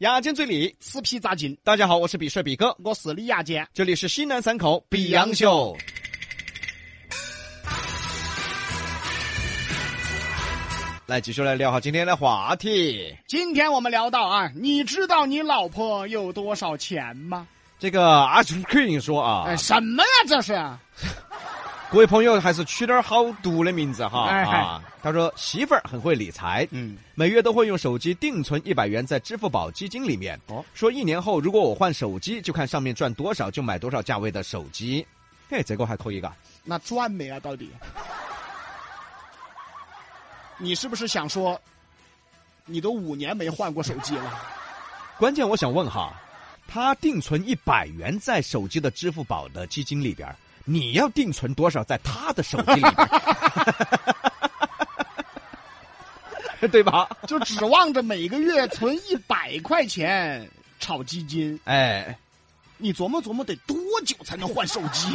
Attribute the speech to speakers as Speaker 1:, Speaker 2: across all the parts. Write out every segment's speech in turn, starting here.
Speaker 1: 牙尖嘴利，死皮扎筋。
Speaker 2: 大家好，我是比帅比哥，
Speaker 1: 我是李牙尖，
Speaker 2: 这里是西南三口比
Speaker 1: 洋
Speaker 2: 洋秀。来，继续来聊哈今天的话题。
Speaker 1: 今天我们聊到啊，你知道你老婆有多少钱吗？
Speaker 2: 这个阿朱 King 说啊
Speaker 1: 哎，，什么呀这是？啊
Speaker 2: 各位朋友还是取点儿好读的名字哈
Speaker 1: 哎
Speaker 2: 啊。他说媳妇儿很会理财，
Speaker 1: 嗯，
Speaker 2: 每月都会用手机定存一百元在支付宝基金里面。
Speaker 1: 哦
Speaker 2: 说一年后如果我换手机，就看上面赚多少，就买多少价位的手机。哎，这个还可以嘎。
Speaker 1: 那赚没啊？到底？你是不是想说，你都五年没换过手机了？
Speaker 2: 关键我想问哈，他定存一百元在手机的支付宝的基金里边儿，你要定存多少在他的手机里边儿？对吧？
Speaker 1: 就指望着每个月存一百块钱炒基金，
Speaker 2: 哎，
Speaker 1: 你琢磨琢磨得多久才能换手机？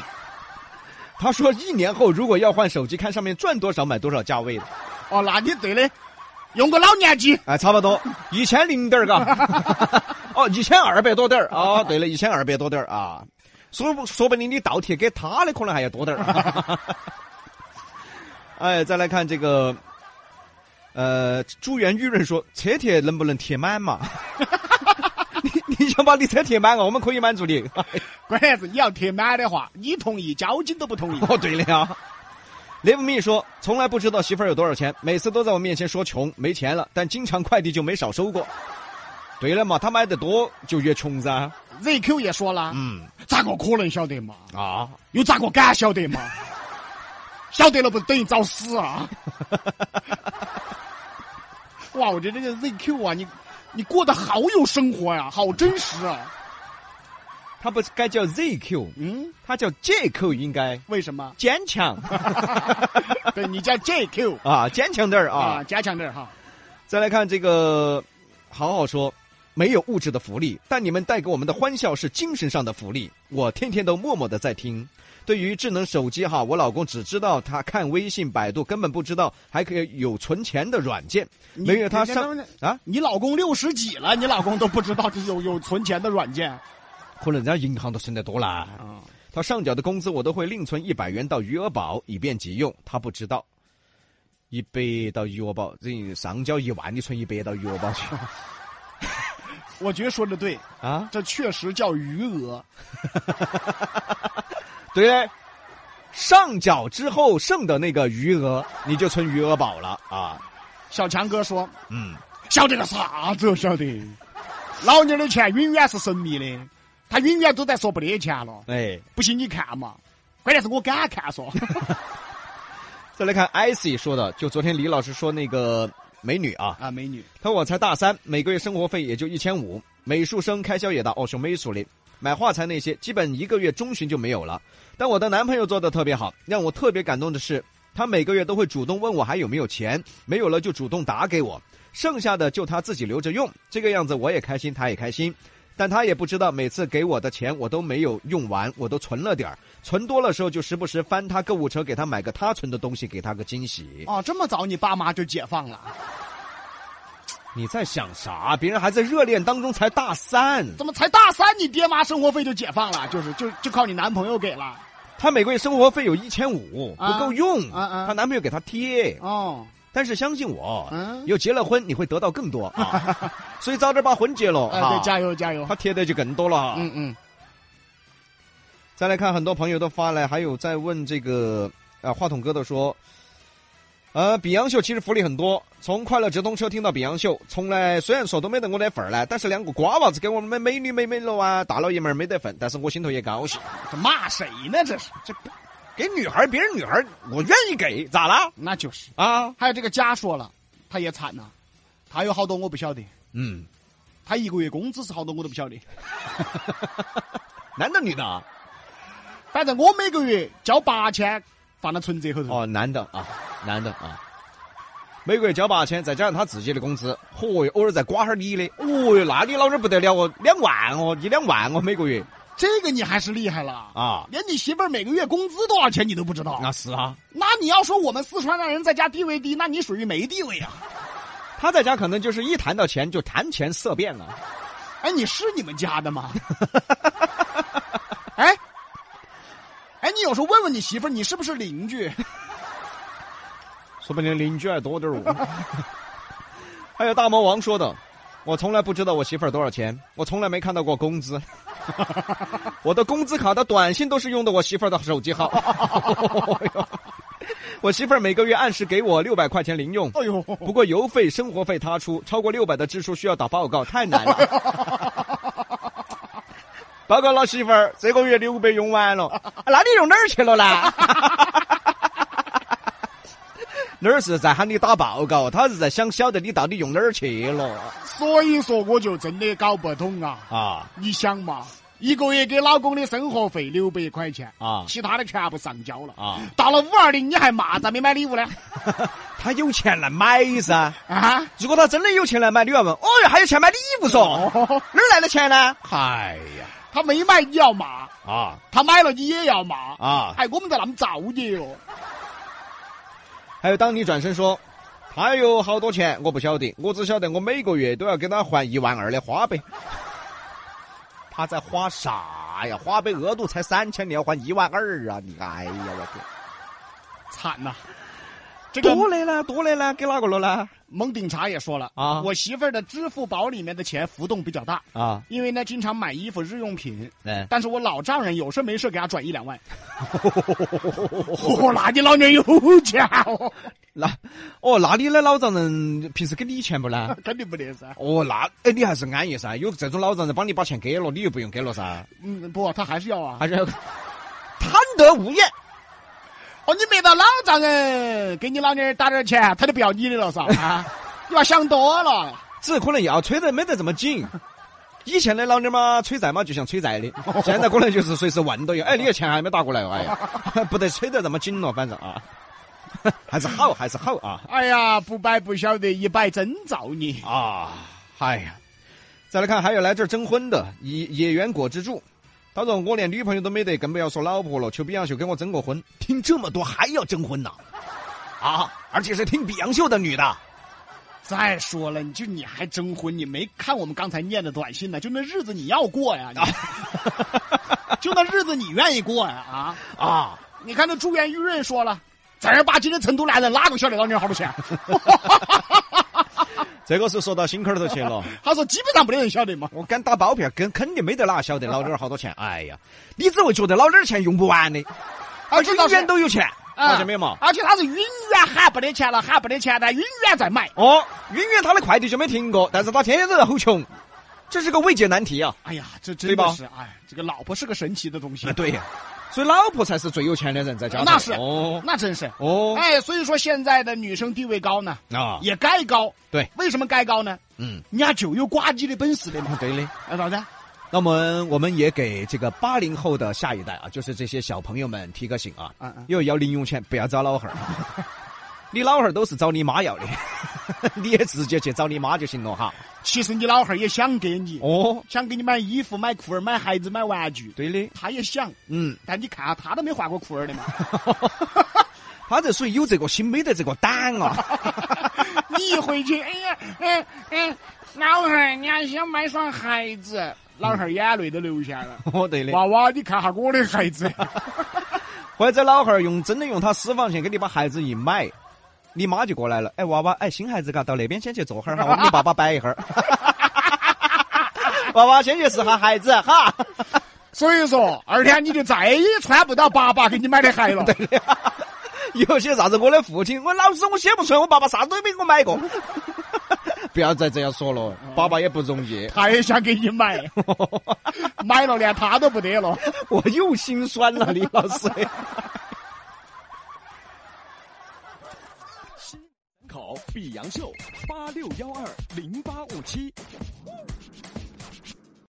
Speaker 2: 他说一年后如果要换手机，看上面赚多少买多少价位的，
Speaker 1: 哦，那你对的，用个老年机。
Speaker 2: 哎，差不多一千零点儿嘎， 哦，一千二百多点儿哦，对了，一千二百多点儿啊，说不说不定你倒贴给他的可能还要多点儿。 哎，再来看这个，呃，朱元玉润说车贴能不能贴满嘛？ 你你想把你车贴满啊，我们可以满足你。
Speaker 1: 关键是你要贴满的话，你同意，交警都不同意。
Speaker 2: 哦，对了呀。雷文密说：“从来不知道媳妇儿有多少钱，每次都在我面前说穷，没钱了，但经常快递就没少收过。对了嘛，他买的多就越穷噻。
Speaker 1: ZQ 也说了，
Speaker 2: 嗯
Speaker 1: 咋个可能晓得嘛？
Speaker 2: 啊，
Speaker 1: 又咋个敢晓得嘛？ 晓得了不等于找死啊！ 哇，我觉得这个 ZQ 啊，你你过得好有生活呀、好真实啊！
Speaker 2: 他不该叫 ZQ，
Speaker 1: 嗯，
Speaker 2: 他叫 JQ，应该？
Speaker 1: 为什么
Speaker 2: 坚强
Speaker 1: 对你叫 JQ
Speaker 2: 啊，坚强点儿
Speaker 1: 啊，
Speaker 2: 啊。
Speaker 1: 加强点儿哈。
Speaker 2: 再来看这个，好好说。”没有物质的福利，但你们带给我们的欢笑是精神上的福利。我天天都默默的在听。对于智能手机哈，我老公只知道他看微信、百度，根本不知道还可以有存钱的软件。
Speaker 1: 你
Speaker 2: 没有他
Speaker 1: 你
Speaker 2: 上
Speaker 1: 等等
Speaker 2: 啊，
Speaker 1: 你老公六十几了，你老公都不知道这有有存钱的软件
Speaker 2: 可能人家银行都存得多啦。
Speaker 1: 啊？
Speaker 2: 他上缴的工资我都会另存一百元到余额宝，以便急用。他不知道，一百到余额宝，这上交一万，你存一百到余额宝去
Speaker 1: 我觉得说的对，
Speaker 2: 啊？
Speaker 1: 这确实叫余额。
Speaker 2: 对嘞，上缴之后剩的那个余额，你就存余额宝了啊。
Speaker 1: 小强哥说
Speaker 2: 嗯，：“
Speaker 1: 晓得个啥子？哦晓得，老娘的钱永远是神秘的，他永远都在说不得钱了。
Speaker 2: 哎，
Speaker 1: 不信你看嘛，关键是我敢看说。
Speaker 2: 再来看 IC 说的，就昨天李老师说那个美女啊，
Speaker 1: 啊，美女，
Speaker 2: 他说我才大三，每个月生活费也就一千五，美术生开销也大，哦，学美术的，买画材那些基本一个月中旬就没有了。但我的男朋友做的特别好，让我特别感动的是，他每个月都会主动问我还有没有钱，没有了就主动打给我，剩下的就他自己留着用。这个样子我也开心，他也开心。但他也不知道，每次给我的钱我都没有用完，我都存了点儿，存多了时候就时不时翻他购物车，给他买个他存的东西，给他个惊喜。
Speaker 1: 哦，这么早你爸妈就解放了，
Speaker 2: 你在想啥？别人还在热恋当中，才大三。
Speaker 1: 怎么才大三你爹妈生活费就解放了？就是就就靠你男朋友给了。
Speaker 2: 她每个月生活费有一千五，
Speaker 1: 啊
Speaker 2: 不够用，
Speaker 1: 啊啊
Speaker 2: 她男朋友给她贴。
Speaker 1: 哦，
Speaker 2: 但是相信我，
Speaker 1: 嗯，
Speaker 2: 有结了婚你会得到更多啊， 所以早点把婚结了
Speaker 1: 哎，对，
Speaker 2: 哈，
Speaker 1: 加油加油。
Speaker 2: 她贴的就更多了啊。
Speaker 1: 嗯嗯，
Speaker 2: 再来看，很多朋友都发来，还有在问这个啊，话筒哥的说，呃，比洋秀其实福利很多，从快乐直通车听到比洋秀，从来虽然说都没得我的份儿呢，但是两个瓜娃子给我们美女美美了啊，大老爷们儿没得份，但是我心头也高兴，
Speaker 1: 这骂谁呢？这是，
Speaker 2: 这给女孩儿别人女孩儿我愿意给，咋啦？
Speaker 1: 那就是。
Speaker 2: 啊，
Speaker 1: 还有这个家说了，他也惨呐、他有好多我不晓得，
Speaker 2: 嗯，
Speaker 1: 他一个月工资是好多我都不晓得。
Speaker 2: 男的女的啊？
Speaker 1: 反正我每个月交八千，放到存折后头。
Speaker 2: 哦，男的啊，男的啊。每个月交八千，再加上他自己的工资，嚯哟，偶尔再刮哈儿你的，哦哟，那你老人不得了哦，两万哦，一两万哦，每个月
Speaker 1: 这个你还是厉害了啊！
Speaker 2: 啊，
Speaker 1: 连你媳妇儿每个月工资多少钱你都不知道，
Speaker 2: 那是啊，
Speaker 1: 那你要说我们四川让人在家地位低，那 你属于没地位啊！
Speaker 2: 他在家可能就是一谈到钱就谈钱色变了，
Speaker 1: 哎，你是你们家 的吗？哎，哎，你有时候问问你媳妇儿，你是不是 邻居？
Speaker 2: 说不定邻居还多点儿哦。 还有大魔王说的，我从来不知道我媳妇儿多少钱，我从来没看到过工资。 我的工资卡的短信都是用的我媳妇儿的手机号。 我媳妇儿每个月按时给我六百块钱零用，
Speaker 1: 哎呦，
Speaker 2: 不过邮费、生活费她出，超过六百的支出需要打报告，太难了。 报告老媳妇儿，这个月六百用完了，啊那你用哪儿去了呢？ 哪儿是在喊你打报告，他是在想晓得你到底用哪儿去了
Speaker 1: 所以说我就真的搞不懂啊！
Speaker 2: 啊
Speaker 1: 你想嘛，一个月给老公的生活费六百块钱，
Speaker 2: 啊
Speaker 1: 其他的全部上交了。
Speaker 2: 啊！
Speaker 1: 到了五二零，你还骂咋没买礼物呢？
Speaker 2: 他有钱来买噻。
Speaker 1: 啊？
Speaker 2: 如果他真的有钱来买，你要问，哦哟，还有钱买礼物嗦？
Speaker 1: 哦，
Speaker 2: 哪儿来的钱呢？哎呀
Speaker 1: 他没买你要骂，
Speaker 2: 啊
Speaker 1: 他买了你也要骂。
Speaker 2: 啊！
Speaker 1: 哎，我们在那么造孽哦！
Speaker 2: 还有，当你转身说，他有好多钱，我不晓得，我只晓得我每个月都要给他还一万二的花呗。他在花啥呀？花呗额度才三千，你要还一万二啊！你哎呀，我天！
Speaker 1: 惨啊呐、这个
Speaker 2: 多的呢？多的呢？给哪个了呢？
Speaker 1: 蒙顶茶也说了
Speaker 2: 啊
Speaker 1: 我媳妇儿的支付宝里面的钱浮动比较大，
Speaker 2: 啊，
Speaker 1: 因为呢经常买衣服、日用品，
Speaker 2: 嗯，
Speaker 1: 但是我老丈人有事没事给他转一两万。嚯，那你老娘有钱哦，
Speaker 2: 那哦，那你的老丈人平时给你钱不呢？
Speaker 1: 肯定不得噻。
Speaker 2: 哦，那哎，你还是安逸噻，有这种老丈人帮你把钱给了，你又不用给了噻，
Speaker 1: 嗯，不，他还是要啊。
Speaker 2: 还是要贪得无厌。
Speaker 1: 哦，你没到老丈人给你老娘儿打点钱，他就不要你的了 噻。啊，你娃想多了。
Speaker 2: 只可能要催得没得这么紧。以前的老娘嘛，催债嘛，就像催债的，现在可能就是随时问都有。哎，你的钱还没打过来哦，哎呀， 不得催得这么紧了，反正啊， 还是好，还是好啊
Speaker 1: 哎呀，不摆不晓得，一摆真造孽。
Speaker 2: 啊，哎呀，再来看，还有来这儿征婚的野野原果之助，他说我连女朋友都没得，更不要说老婆了，求比洋秀给我征个婚。听这么多还要征婚呐？啊，而且是听比洋秀的女的。
Speaker 1: 再说了，你就你还征婚，你没看我们刚才念的短信呢？就那日子你要过呀， 你就那日子你愿意过呀啊！
Speaker 2: 啊，
Speaker 1: 你看那珠圆玉润说了，正儿八经的成都男人哪个晓得老娘好多钱？
Speaker 2: 这个是说到心坎儿头去了。
Speaker 1: 他说基本上没得人晓得嘛。
Speaker 2: 我敢打包票，跟肯定没得哪晓得老点儿好多钱。哎呀，你只会觉得老点儿钱用不完的，
Speaker 1: 啊，
Speaker 2: 永
Speaker 1: 知道是
Speaker 2: 远都有钱，
Speaker 1: 啊
Speaker 2: 发现没有嘛？
Speaker 1: 而且他是永远喊不得钱了，喊不得钱但永远在买。
Speaker 2: 哦，永远他的快递就没停过，但是他天天都在吼穷，这是个未解难题啊！
Speaker 1: 哎呀，这真
Speaker 2: 对吧
Speaker 1: 的是哎，这个老婆是个神奇的东西
Speaker 2: 啊，，对呀，所以老婆才是最有钱的人，在家头
Speaker 1: 那是
Speaker 2: 哦
Speaker 1: 那真是。
Speaker 2: 哦
Speaker 1: 哎，所以说现在的女生地位高呢，
Speaker 2: 啊，
Speaker 1: 也该高。
Speaker 2: 对，
Speaker 1: 为什么该高呢？
Speaker 2: 嗯，啊
Speaker 1: 人家就有挂机的本事的嘛。
Speaker 2: 对的。
Speaker 1: 哎，咋的？
Speaker 2: 那么我们也给这个八零后的下一代啊，就是这些小朋友们提个醒啊，
Speaker 1: 嗯嗯，
Speaker 2: 又要零用钱，不要找老汉儿。 你老汉儿都是找你妈要的， 你也直接去找你妈就行了哈。
Speaker 1: 其实你老汉儿也想给你，
Speaker 2: 哦，
Speaker 1: 想给你买衣服、买裤儿、买孩子、买玩具，
Speaker 2: 对的，
Speaker 1: 他也想。
Speaker 2: 嗯，
Speaker 1: 但你看啊他都没换过裤儿的嘛，
Speaker 2: 他这属于有这个心，没得这个胆啊。
Speaker 1: 你一回去，哎呀，哎哎，老汉儿，人家想买双鞋子，老汉儿眼泪都流下来了。
Speaker 2: 哦，对的，
Speaker 1: 娃娃，你看下我的鞋子，
Speaker 2: 或者老汉儿用真的用他私房钱给你把孩子一买，你妈就过来了。哎，娃娃，哎，新孩子嘎，到那边先去坐会儿哈，我给你爸爸摆一会儿。 娃娃先去试下孩子哈。
Speaker 1: 所以说二天你就再也穿不到爸爸给你买的鞋了。
Speaker 2: 有些啥子我的父亲，我老师我写不出来，我爸爸啥子都没给我买过。 不要再这样说了，爸爸也不容易。
Speaker 1: 他也想给你买，买了连他都不得了。
Speaker 2: 我又心酸了，李老师。
Speaker 3: 考比杨秀八六幺二零八五七